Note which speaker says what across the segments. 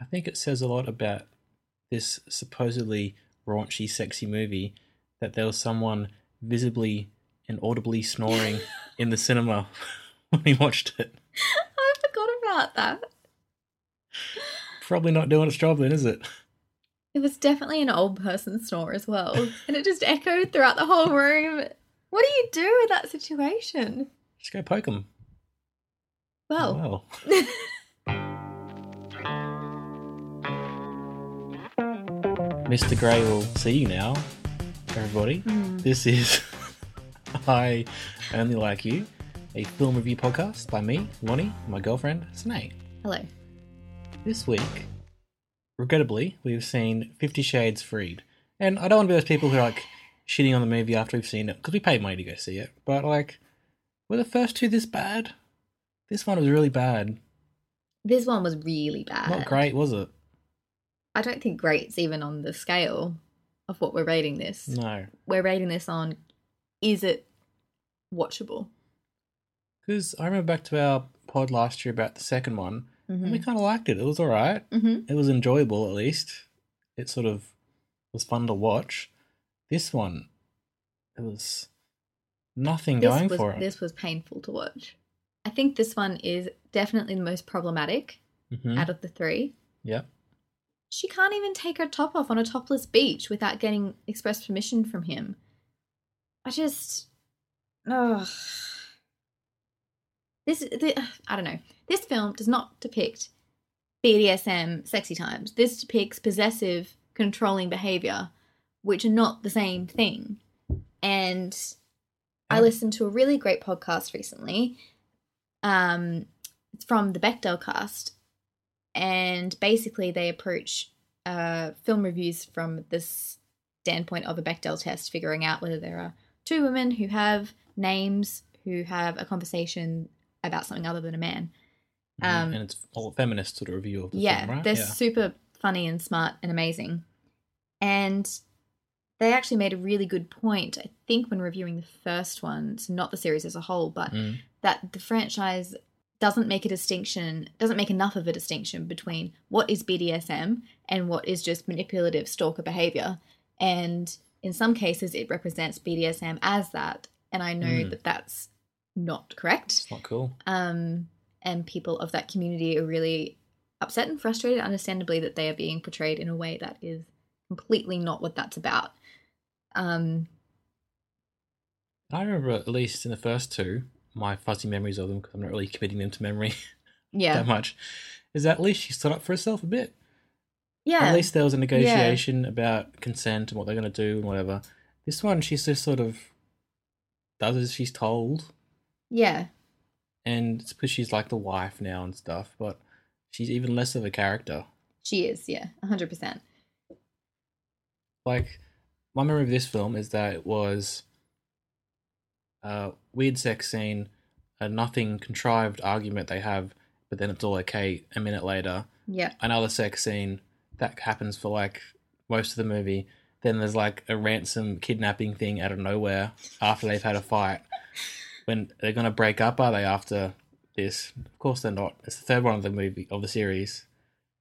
Speaker 1: I think it says a lot about this supposedly raunchy, sexy movie that there was someone visibly and audibly snoring in the cinema when we watched it.
Speaker 2: I forgot about that.
Speaker 1: Probably not doing its job then, is it?
Speaker 2: It was definitely an old person snore as well. And it just echoed throughout the whole room. What do you do with that situation?
Speaker 1: Just go poke him.
Speaker 2: Well,
Speaker 1: Well, Mr. Grey will see you now, everybody. This is I Only Like You, a film review podcast by me, Lonnie, and my girlfriend, Sinead.
Speaker 2: hello.
Speaker 1: This week, regrettably, we've seen Fifty Shades Freed. And I don't want to be those people who are like shitting on the movie after we've seen it, because we paid money to go see it. But like, were the first two this bad? This one was really bad.
Speaker 2: This one was really bad.
Speaker 1: Not great, was it?
Speaker 2: I don't think great's even on the scale of what we're rating this.
Speaker 1: No.
Speaker 2: We're rating this on is it watchable?
Speaker 1: Because I remember back to our pod last year about the second one, and we
Speaker 2: Mm-hmm.
Speaker 1: kind of liked it. It was all right.
Speaker 2: hmm
Speaker 1: It was enjoyable, at least. It sort of was fun to watch. This one, it was nothing going
Speaker 2: This, was,
Speaker 1: for it.
Speaker 2: this was painful to watch. I think this one is definitely the most problematic
Speaker 1: Mhm.
Speaker 2: out of the three.
Speaker 1: Yep.
Speaker 2: She can't even take her top off on a topless beach without getting express permission from him. I just, ugh. This, the, I don't know. This film does not depict BDSM sexy times. This depicts possessive, controlling behavior, which are not the same thing. And I
Speaker 1: Yeah.
Speaker 2: listened to a really great podcast recently. Um, it's from the Bechdel cast, and basically they approach uh, film reviews from the standpoint of a Bechdel test, figuring out whether there are two women who have names who have a conversation about something other than a man.
Speaker 1: Mhm.
Speaker 2: Um,
Speaker 1: and it's all feminist sort of review of the
Speaker 2: yeah,
Speaker 1: film, right?
Speaker 2: they're
Speaker 1: yeah.
Speaker 2: super funny and smart and amazing, and they actually made a really good point. I think when reviewing the first one, so not the series as a whole, but
Speaker 1: Mm.
Speaker 2: that the franchise doesn't make a distinction, doesn't make enough of a distinction between what is BDSM and what is just manipulative stalker behavior. And in some cases, it represents BDSM as that. And I know
Speaker 1: Mm.
Speaker 2: that that's not correct.
Speaker 1: It's not cool.
Speaker 2: Um, and people of that community are really upset and frustrated, understandably, that they are being portrayed in a way that is completely not what that's about. Um,
Speaker 1: I remember, at least in the first two, my fuzzy memories of them, because I'm not really committing them to memory
Speaker 2: yeah.
Speaker 1: that much, is that at least she stood up for herself a bit.
Speaker 2: yeah.
Speaker 1: At least there was a negotiation about consent and what they're going to do and whatever. This one, she's just sort of does as she's told,
Speaker 2: yeah.
Speaker 1: and it's because she's like the wife now and stuff. But she's even less of a character.
Speaker 2: She is. Yeah. 100%.
Speaker 1: Like my memory of this film is that it was a weird sex scene, a nothing contrived argument they have, but then it's all okay a minute later.
Speaker 2: Yeah.
Speaker 1: another sex scene that happens for like most of the movie. Then there's like a ransom kidnapping thing out of nowhere after they've had a fight. When they're gonna break up, are they after this? Of course they're not. It's the third one of the movie of the series.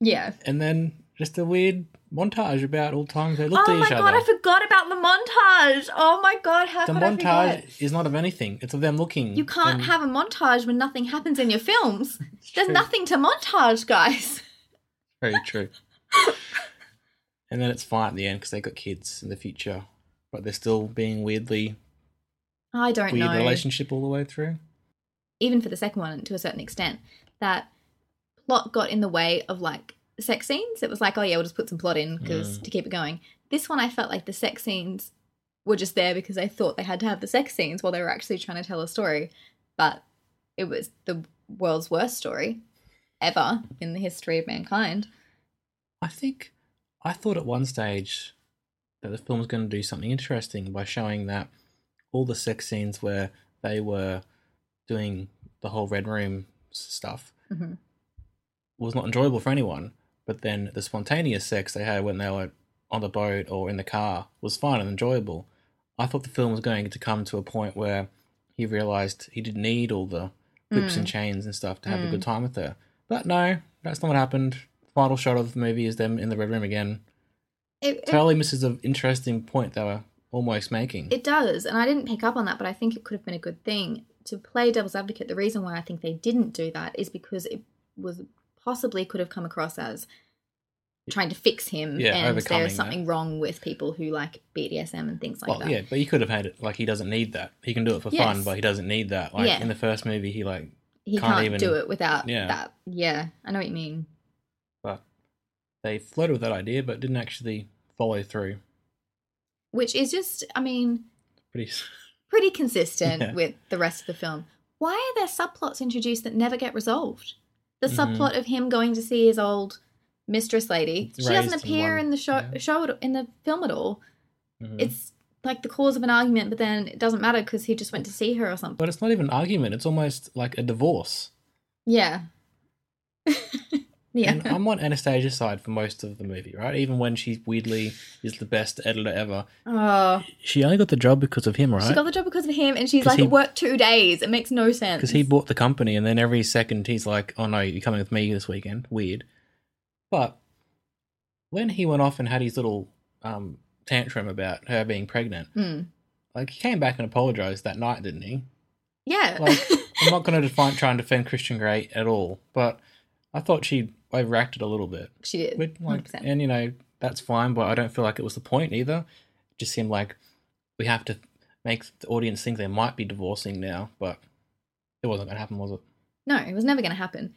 Speaker 2: Yeah.
Speaker 1: And then just a weird montage about all times they looked
Speaker 2: oh
Speaker 1: at
Speaker 2: my
Speaker 1: each
Speaker 2: god,
Speaker 1: other.
Speaker 2: I forgot about the montage. Oh my god, how
Speaker 1: the
Speaker 2: could I forget?
Speaker 1: montage is not of anything. It's of them looking.
Speaker 2: You can't
Speaker 1: and
Speaker 2: have a montage when nothing happens in your films. There's
Speaker 1: true.
Speaker 2: nothing to montage, guys.
Speaker 1: very true. and then it's fine at the end because they got kids in the future, but they're still being weirdly
Speaker 2: I don't
Speaker 1: weird
Speaker 2: know.
Speaker 1: relationship all the way through.
Speaker 2: Even for the second one, to a certain extent, that plot got in the way of like sex scenes. It was like, oh yeah, we'll just put some plot in because to keep it going. This one, I felt like the sex scenes were just there because they thought they had to have the sex scenes while they were actually trying to tell a story, but it was the world's worst story ever in the history of mankind.
Speaker 1: I think I thought at one stage that the film was going to do something interesting by showing that all the sex scenes where they were doing the whole Red Room s- stuff
Speaker 2: Mhm.
Speaker 1: was not enjoyable for anyone. But then the spontaneous sex they had when they were on the boat or in the car was fun and enjoyable. I thought the film was going to come to a point where he realized he didn't need all the whips and chains and stuff to have a good time with her. But no, that's not what happened. Final shot of the movie is them in the red room again.
Speaker 2: It, it,
Speaker 1: Totally misses an interesting point they were almost making.
Speaker 2: it does, and I didn't pick up on that, but I think it could have been a good thing. To play devil's advocate, the reason why I think they didn't do that is because it was possibly could have come across as trying to fix him
Speaker 1: Yeah,
Speaker 2: and
Speaker 1: overcoming
Speaker 2: there's
Speaker 1: that.
Speaker 2: something wrong with people who like BDSM and things like
Speaker 1: well,
Speaker 2: that.
Speaker 1: yeah, but he could have had it like he doesn't need that. He can do it for fun,
Speaker 2: Yes.
Speaker 1: but he doesn't need that. Like
Speaker 2: Yeah.
Speaker 1: in the first movie, he like
Speaker 2: he
Speaker 1: Can't
Speaker 2: can't,
Speaker 1: even-
Speaker 2: do it without
Speaker 1: yeah.
Speaker 2: that. Yeah, I know what you mean.
Speaker 1: but they flirted with that idea, but didn't actually follow through.
Speaker 2: Which is just, I mean,
Speaker 1: Pretty. s-
Speaker 2: pretty consistent
Speaker 1: Yeah.
Speaker 2: with the rest of the film. Why are there subplots introduced that never get resolved? The
Speaker 1: Mhm.
Speaker 2: subplot of him going to see his old mistress lady.
Speaker 1: It's
Speaker 2: she doesn't
Speaker 1: raised in
Speaker 2: appear
Speaker 1: one-
Speaker 2: in the show,
Speaker 1: yeah.
Speaker 2: show at, in the film at all.
Speaker 1: Mhm.
Speaker 2: It's like the cause of an argument, but then it doesn't matter because he just went to see her or something.
Speaker 1: But it's not even an argument. It's almost like a divorce.
Speaker 2: Yeah. yeah.
Speaker 1: And I'm on Anastasia's side for most of the movie, right? Even when she weirdly is the best editor ever,
Speaker 2: oh,
Speaker 1: she only got the job because of him,
Speaker 2: she
Speaker 1: right?
Speaker 2: got the job because of him, and she's
Speaker 1: 'Cause
Speaker 2: like,
Speaker 1: he-
Speaker 2: it worked two days. It makes no sense.
Speaker 1: Because he bought the company, and then every second he's like, "Oh no, you're coming with me this weekend." Weird. But when he went off and had his little um, tantrum about her being pregnant,
Speaker 2: Mm.
Speaker 1: like he came back and apologized that night, didn't he?
Speaker 2: Yeah.
Speaker 1: Like, I'm not going to define, try and defend Christian Grey at all, but I thought she overreacted a little bit.
Speaker 2: she did.
Speaker 1: We'd like,
Speaker 2: 100%.
Speaker 1: and you know that's fine, but I don't feel like it was the point either. It just seemed like we have to make the audience think they might be divorcing now, but it wasn't going to happen, was it?
Speaker 2: No, it was never going to happen.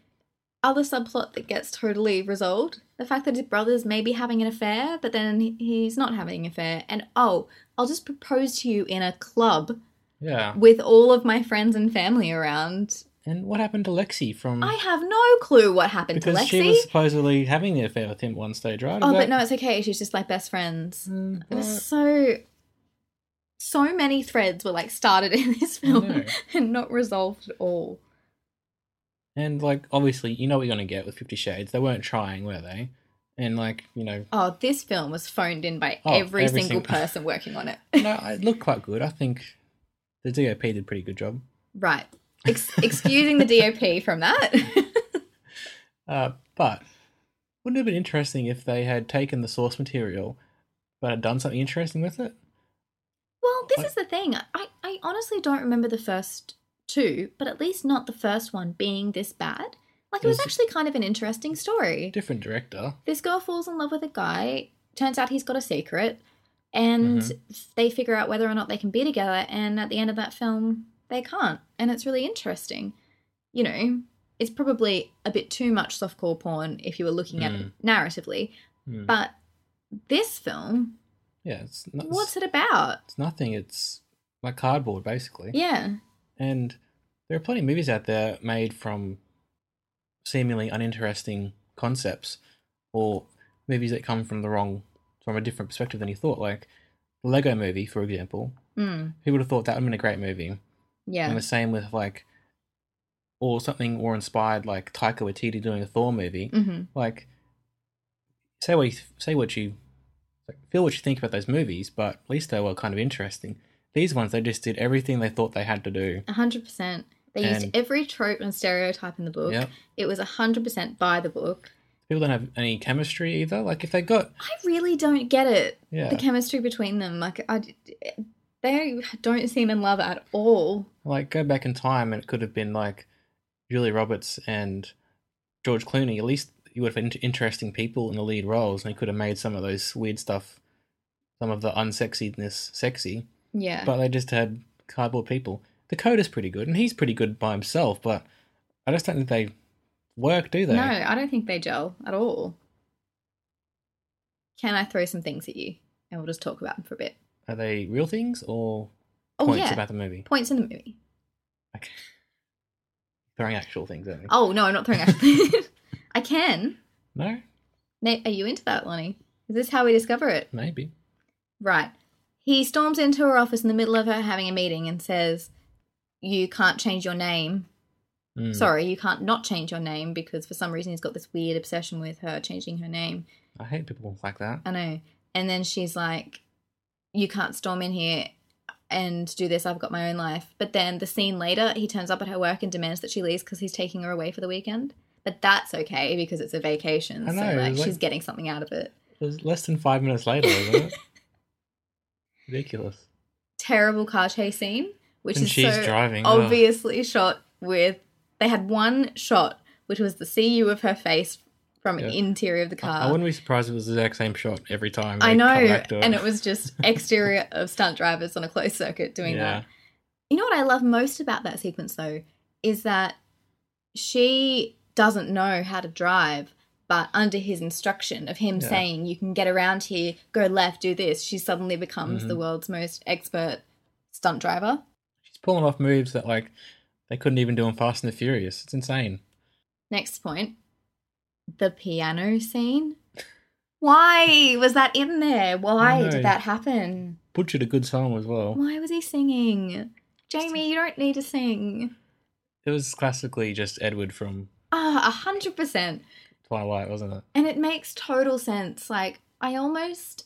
Speaker 2: Other subplot that gets totally resolved the fact that his brother's maybe having an affair, but then he- he's not having an affair. And oh, I'll just propose to you in a club
Speaker 1: Yeah.
Speaker 2: with all of my friends and family around.
Speaker 1: And what happened to Lexi from?
Speaker 2: I have no clue what happened
Speaker 1: Mm. because
Speaker 2: to Lexi.
Speaker 1: she was supposedly having the affair with him at one stage, right? Is
Speaker 2: oh, but
Speaker 1: that-
Speaker 2: no, it's okay. She's just like best friends.
Speaker 1: Mm,
Speaker 2: It was
Speaker 1: right.
Speaker 2: so. So many threads were like started in this
Speaker 1: I know.
Speaker 2: film and not resolved at all.
Speaker 1: And like, obviously, you know what you're going to get with Fifty Shades. They weren't trying, were they? And like, you know,
Speaker 2: Oh, this film was phoned in by
Speaker 1: Oh,
Speaker 2: every,
Speaker 1: every
Speaker 2: single
Speaker 1: sing-
Speaker 2: person working on it.
Speaker 1: no, it looked quite good. I think the DOP did a pretty good job.
Speaker 2: Right. Ex- excusing the DOP from that.
Speaker 1: Uh, but wouldn't it have been interesting if they had taken the source material but had done something interesting with it?
Speaker 2: well, this is the thing. I, I honestly don't remember the first two, but at least not the first one being this bad. Like, it was
Speaker 1: Yes.
Speaker 2: actually kind of an interesting story.
Speaker 1: Different director.
Speaker 2: This girl falls in love with a guy. Turns out he's got a secret. And
Speaker 1: Mm-hmm.
Speaker 2: they figure out whether or not they can be together. And at the end of that film, they can't. And it's really interesting. You know, it's probably a bit too much softcore porn if you were looking at
Speaker 1: Mm.
Speaker 2: it narratively.
Speaker 1: Hmm.
Speaker 2: But this film,
Speaker 1: Yeah, it's, not,
Speaker 2: what's it about?
Speaker 1: it's nothing. It's like cardboard, basically.
Speaker 2: Yeah.
Speaker 1: And there are plenty of movies out there made from seemingly uninteresting concepts or movies that come from the wrong, from a different perspective than you thought. Like the Lego movie, for example.
Speaker 2: Mm.
Speaker 1: Who would have thought that would have been a great movie?
Speaker 2: Yeah.
Speaker 1: And the same with like, or something more inspired like Taika Waititi doing a Thor movie.
Speaker 2: hmm
Speaker 1: Like, say what you say what you like, feel what you think about those movies, but at least they were kind of interesting. These ones, they just did everything they thought they had to do.
Speaker 2: 100%. They
Speaker 1: And-
Speaker 2: used every trope and stereotype in the book.
Speaker 1: Yep.
Speaker 2: It was 100% by the book.
Speaker 1: People don't have any chemistry either. Like, if they got
Speaker 2: I really don't get it.
Speaker 1: yeah,
Speaker 2: The chemistry between them. Like, I, they don't seem in love at all.
Speaker 1: like go back in time, and it could have been like Julie Roberts and George Clooney. At least you would have had in- interesting people in the lead roles, and they could have made some of those weird stuff, some of the unsexiness sexy.
Speaker 2: Yeah.
Speaker 1: but they just had cardboard people. The code is pretty good, and he's pretty good by himself, but I just don't think they work, do they?
Speaker 2: no, I don't think they gel at all. Can I throw some things at you? And we'll just talk about them for a bit.
Speaker 1: Are they real things or
Speaker 2: Oh,
Speaker 1: points
Speaker 2: yeah.
Speaker 1: about the movie?
Speaker 2: Points in the movie.
Speaker 1: Okay. throwing actual things at me.
Speaker 2: Oh no, I'm not throwing actually. I can.
Speaker 1: No,
Speaker 2: Na- Are you into that, Lonnie? Is this how we discover it?
Speaker 1: maybe.
Speaker 2: Right. He storms into her office in the middle of her having a meeting and says, "You can't change your name.
Speaker 1: Mm,
Speaker 2: Sorry, you can't not change your name because for some reason he's got this weird obsession with her changing her name."
Speaker 1: I hate people like that.
Speaker 2: I know. And then she's like, You can't storm in here and do this. I've got my own life. But then the scene later, he turns up at her work and demands that she leaves because he's taking her away for the weekend. But that's okay because it's a vacation.
Speaker 1: I
Speaker 2: so,
Speaker 1: know,
Speaker 2: like,
Speaker 1: like-
Speaker 2: she's getting something out of it.
Speaker 1: It was less than five minutes later, wasn't it? Ridiculous.
Speaker 2: Terrible car chase scene, which
Speaker 1: And
Speaker 2: is
Speaker 1: she's
Speaker 2: so
Speaker 1: driving, ugh.
Speaker 2: obviously shot with. They had one shot, which was the CU of her face from
Speaker 1: Yeah.
Speaker 2: the interior of the
Speaker 1: I-
Speaker 2: car.
Speaker 1: I wouldn't be surprised if it was the exact same shot every time.
Speaker 2: I
Speaker 1: they
Speaker 2: know,
Speaker 1: cut back to
Speaker 2: and it was just exterior of stunt drivers on a closed circuit doing
Speaker 1: Yeah.
Speaker 2: that. You know what I love most about that sequence though is that she doesn't know how to drive, but under his instruction of him
Speaker 1: Yeah.
Speaker 2: saying you can get around here, go left, do this, she suddenly becomes the
Speaker 1: Mhm.
Speaker 2: world's most expert stunt driver.
Speaker 1: She's pulling off moves that like they couldn't even do in Fast and the Furious. It's insane.
Speaker 2: Next point, the piano scene. Why was that in there? Why
Speaker 1: know.
Speaker 2: did that happen?
Speaker 1: Butchered a good song as well.
Speaker 2: Why was he singing? Jamie, you don't need to sing.
Speaker 1: It was classically just Edward from
Speaker 2: Ah, a hundred percent.
Speaker 1: Twilight, wasn't it?
Speaker 2: And it makes total sense. Like, I almost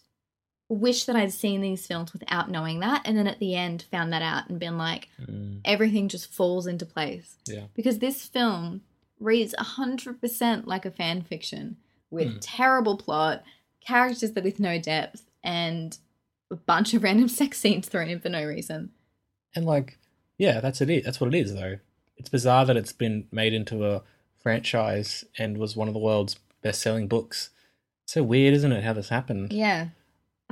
Speaker 2: wish that I'd seen these films without knowing that, and then at the end found that out and been like,
Speaker 1: Mm,
Speaker 2: everything just falls into place.
Speaker 1: yeah.
Speaker 2: Because this film reads a hundred percent like a fan fiction with
Speaker 1: Hmm.
Speaker 2: terrible plot, characters that with no depth, and a bunch of random sex scenes thrown in for no reason.
Speaker 1: And like, yeah, that's it. That's what it is, though. It's bizarre that it's been made into a franchise and was one of the world's best-selling books. so weird, isn't it? How this happened?
Speaker 2: Yeah.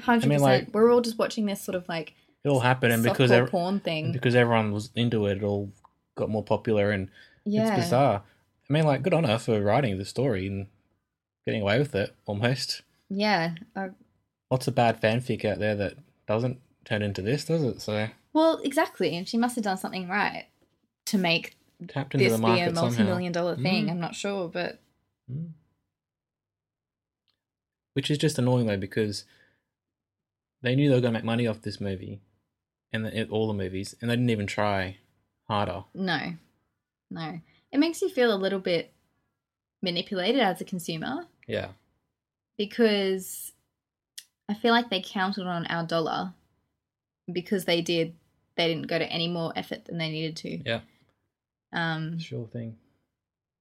Speaker 2: 100%.
Speaker 1: Hmm. like-
Speaker 2: We're all just watching this sort of like
Speaker 1: It all happened, and because
Speaker 2: softcore
Speaker 1: ev-
Speaker 2: porn thing.
Speaker 1: and because everyone was into it, it all got more popular, and
Speaker 2: yeah.
Speaker 1: it's bizarre. I mean, like, good on her for writing the story and getting away with it almost.
Speaker 2: Yeah. Uh, I-
Speaker 1: Lots of bad fanfic out there that doesn't turn into this, does it? So
Speaker 2: well, exactly. And she must have done something right to make
Speaker 1: tapped into
Speaker 2: this
Speaker 1: the
Speaker 2: be a
Speaker 1: market
Speaker 2: multi
Speaker 1: somehow,
Speaker 2: million dollar thing.
Speaker 1: Mm.
Speaker 2: I'm not sure, but
Speaker 1: Mm. which is just annoying though because they knew they were going to make money off this movie and the, all the movies, and they didn't even try harder.
Speaker 2: no. No. It makes you feel a little bit manipulated as a consumer
Speaker 1: Yeah,
Speaker 2: because I feel like they counted on our dollar because they did. They didn't go to any more effort than they needed to.
Speaker 1: yeah,
Speaker 2: Um,
Speaker 1: sure thing.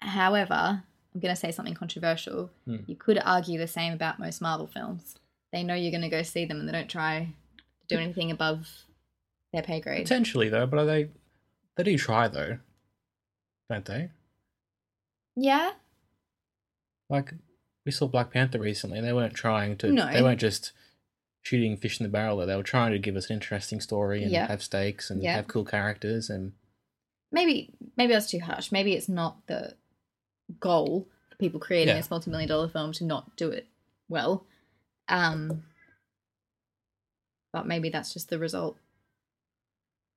Speaker 2: However, I'm going to say something controversial.
Speaker 1: Hmm.
Speaker 2: You could argue the same about most Marvel films. They know you're going to go see them and they don't try to do anything above their pay grade.
Speaker 1: Potentially though, but are they? They do try though, don't they?
Speaker 2: yeah?
Speaker 1: Like we saw Black Panther recently, and they weren't trying to.
Speaker 2: No.
Speaker 1: They weren't just shooting fish in the barrel. Though they were trying to give us an interesting story and
Speaker 2: Yeah.
Speaker 1: have stakes and
Speaker 2: Yeah.
Speaker 1: have cool characters and
Speaker 2: Maybe maybe that's too harsh. Maybe it's not the goal for people creating
Speaker 1: Yeah.
Speaker 2: this multi-million dollar film to not do it well. Um but maybe that's just the result.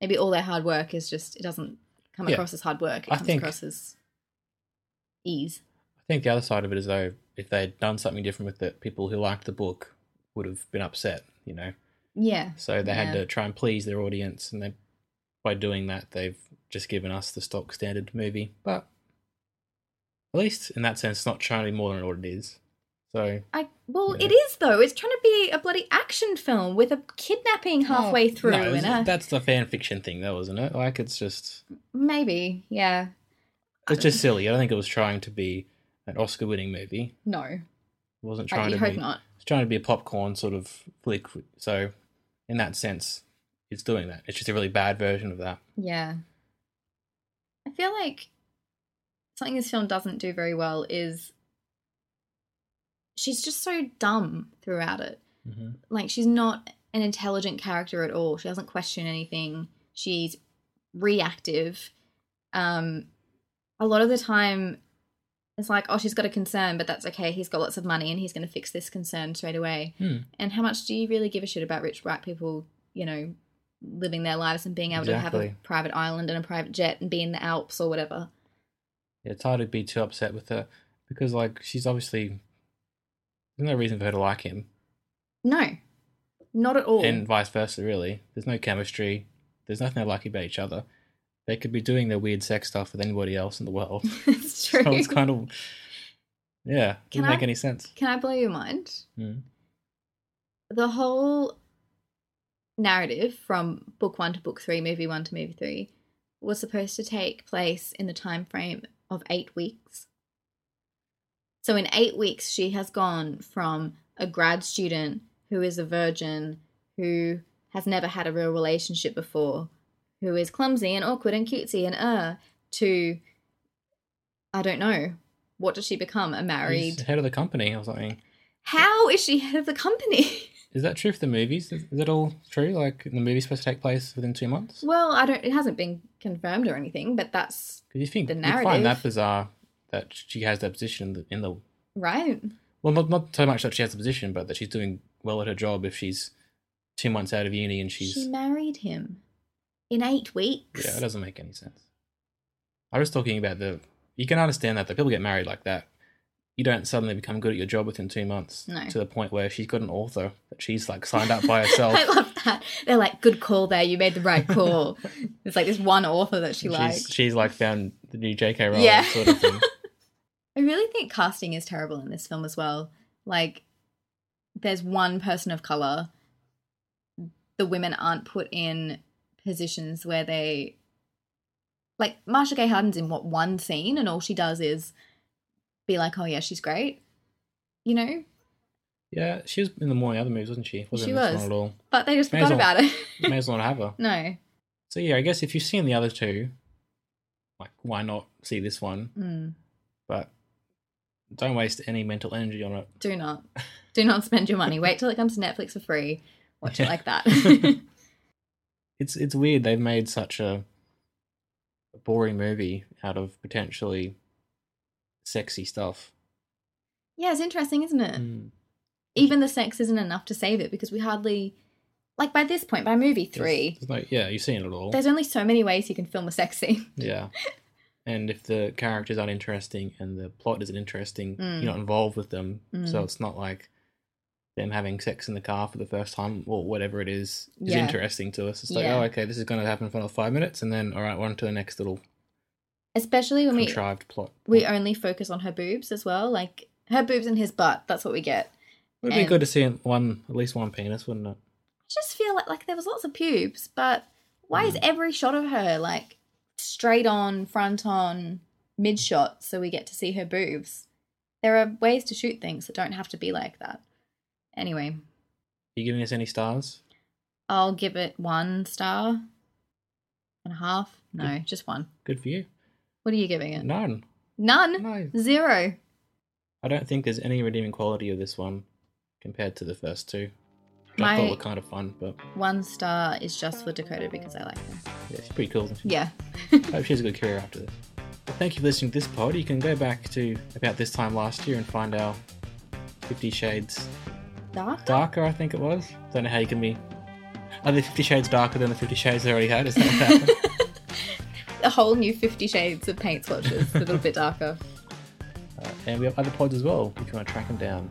Speaker 2: Maybe all their hard work is just it doesn't come
Speaker 1: Yeah.
Speaker 2: across as hard work. It
Speaker 1: I
Speaker 2: comes
Speaker 1: think-
Speaker 2: across as ease.
Speaker 1: I think the other side of it is though, if they'd done something different with it, people who liked the book would have been upset, you know.
Speaker 2: Yeah.
Speaker 1: So they had
Speaker 2: Yeah.
Speaker 1: to try and please their audience, and they by doing that, they've just given us the stock standard movie. But at least in that sense, it's not trying to be more than what it is. So
Speaker 2: I well,
Speaker 1: Yeah.
Speaker 2: it is though. It's trying to be a bloody action film with a kidnapping halfway through,
Speaker 1: No,
Speaker 2: and
Speaker 1: it's-
Speaker 2: a,
Speaker 1: that's the fan fiction thing, though, isn't it? Like it's just
Speaker 2: maybe, yeah,
Speaker 1: it's just silly. I don't think it was trying to be an Oscar-winning movie.
Speaker 2: no,
Speaker 1: It wasn't
Speaker 2: I
Speaker 1: trying to
Speaker 2: hope
Speaker 1: be.
Speaker 2: not.
Speaker 1: it's trying to be a popcorn sort of flick. So, in that sense, it's doing that. It's just a really bad version of that.
Speaker 2: Yeah, I feel like something this film doesn't do very well is she's just so dumb throughout it.
Speaker 1: Mm-hmm.
Speaker 2: like she's not an intelligent character at all. She doesn't question anything. She's reactive. Um a lot of the time it's like, oh, she's got a concern, but that's okay. He's got lots of money and he's going to fix this concern straight away.
Speaker 1: Hmm.
Speaker 2: And how much do you really give a shit about rich white people, you know, living their lives and being able to have a
Speaker 1: Exactly.
Speaker 2: private island and a private jet and be in the Alps or whatever?
Speaker 1: it's hard to be too upset with her because like she's obviously there's no reason for her to like him,
Speaker 2: No, not at all.
Speaker 1: and vice versa. Really, there's no chemistry. There's nothing they like about each other. They could be doing their weird sex stuff with anybody else in the world.
Speaker 2: it's true.
Speaker 1: So it's kind of yeah,
Speaker 2: Can
Speaker 1: doesn't make
Speaker 2: I-
Speaker 1: any sense.
Speaker 2: Can I blow your mind?
Speaker 1: Mm.
Speaker 2: The whole narrative from book one to book three, movie one to movie three, was supposed to take place in the time frame of eight weeks. So in eight weeks, she has gone from a grad student who is a virgin, who has never had a real relationship before, who is clumsy and awkward and cutesy and uh, to I don't know. What does she become? A
Speaker 1: He's
Speaker 2: married
Speaker 1: head of the company or something.
Speaker 2: how is she head of the company?
Speaker 1: Is that true for the movies? Is, is it all true? Like the movie's supposed to take place within two months?
Speaker 2: well, I don't. It hasn't been confirmed or anything, but that's
Speaker 1: Because you think
Speaker 2: The
Speaker 1: you find that
Speaker 2: narrative.
Speaker 1: bizarre that she has that position in the, in the
Speaker 2: right.
Speaker 1: well, not not so much that she has the position, but that she's doing well at her job if she's two months out of uni and she's
Speaker 2: She married him in eight weeks.
Speaker 1: yeah, it doesn't make any sense. I was talking about the you can understand that the people get married like that. You don't suddenly become good at your job within two months
Speaker 2: No.
Speaker 1: to the point where she's got an author that she's like signed up by herself.
Speaker 2: I love that. They're like, good call there. You made the right call. It's like this one author that she
Speaker 1: she's
Speaker 2: likes.
Speaker 1: she's like found the new J.K. Rowling
Speaker 2: Yeah.
Speaker 1: sort of thing.
Speaker 2: I really think casting is terrible in this film as well. Like, there's one person of color. The women aren't put in positions where they. Like, Marsha Gay Harden's in what one scene, and all she does is be like, oh, yeah, she's great. You know?
Speaker 1: Yeah, she was in the morning other movies, wasn't she? Wasn't
Speaker 2: She
Speaker 1: in this
Speaker 2: was.
Speaker 1: one at all.
Speaker 2: But they just
Speaker 1: May
Speaker 2: forgot
Speaker 1: as well.
Speaker 2: about it.
Speaker 1: You May as well not have her.
Speaker 2: no.
Speaker 1: So yeah, I guess if you've seen the other two, like why not see this one?
Speaker 2: Mm.
Speaker 1: But don't waste any mental energy on it.
Speaker 2: Do not. Do not spend your money. Wait till it comes to Netflix for free. Watch
Speaker 1: Yeah.
Speaker 2: it like that.
Speaker 1: It's it's weird they've made such a, a boring movie out of potentially sexy stuff.
Speaker 2: yeah, it's interesting, isn't it?
Speaker 1: Mm.
Speaker 2: even the sex isn't enough to save it because we hardly like by this point by movie three
Speaker 1: There's, there's no, yeah, you've seen it all.
Speaker 2: there's only so many ways you can film a sex scene
Speaker 1: Yeah. And if the characters aren't interesting and the plot isn't interesting,
Speaker 2: Mm.
Speaker 1: you're not involved with them. So
Speaker 2: Mm.
Speaker 1: it's not like them having sex in the car for the first time or whatever it is is
Speaker 2: Yeah.
Speaker 1: interesting to us. It's like,
Speaker 2: Yeah.
Speaker 1: oh, okay, this is going to happen for another five minutes, and then all right, on to the next little
Speaker 2: especially when we
Speaker 1: contrived plot.
Speaker 2: we only focus on her boobs as well like her boobs and his butt that's what we get
Speaker 1: It'd be
Speaker 2: and-
Speaker 1: good to see one, at least one penis, wouldn't it?
Speaker 2: i just feel like like there was lots of pubes but why is every shot of her like straight on front on mid shot so we get to see her boobs there are ways to shoot things that don't have to be like that anyway
Speaker 1: you giving us any stars?
Speaker 2: I'll give it one star and a half. No, just one.
Speaker 1: Good for you.
Speaker 2: What are you giving it?
Speaker 1: None.
Speaker 2: None.
Speaker 1: No.
Speaker 2: Zero.
Speaker 1: I don't think there's any redeeming quality of this one compared to the first two. which I
Speaker 2: My-
Speaker 1: thought were kind of fun, but
Speaker 2: One star is just for Dakota because I like her.
Speaker 1: yeah, it's pretty cool.
Speaker 2: Yeah.
Speaker 1: Hope she has a good career after this. Well, thank you for listening to this pod. You can go back to about this time last year and find our Fifty Shades
Speaker 2: Dark.
Speaker 1: Darker, I think it was. Don't know how you can be. Are the Fifty Shades darker than the Fifty Shades they already had? Is that what happened?
Speaker 2: A whole new Fifty Shades of paint swatches. A little bit darker.
Speaker 1: Uh, and we have other pods as well if you want to track them down.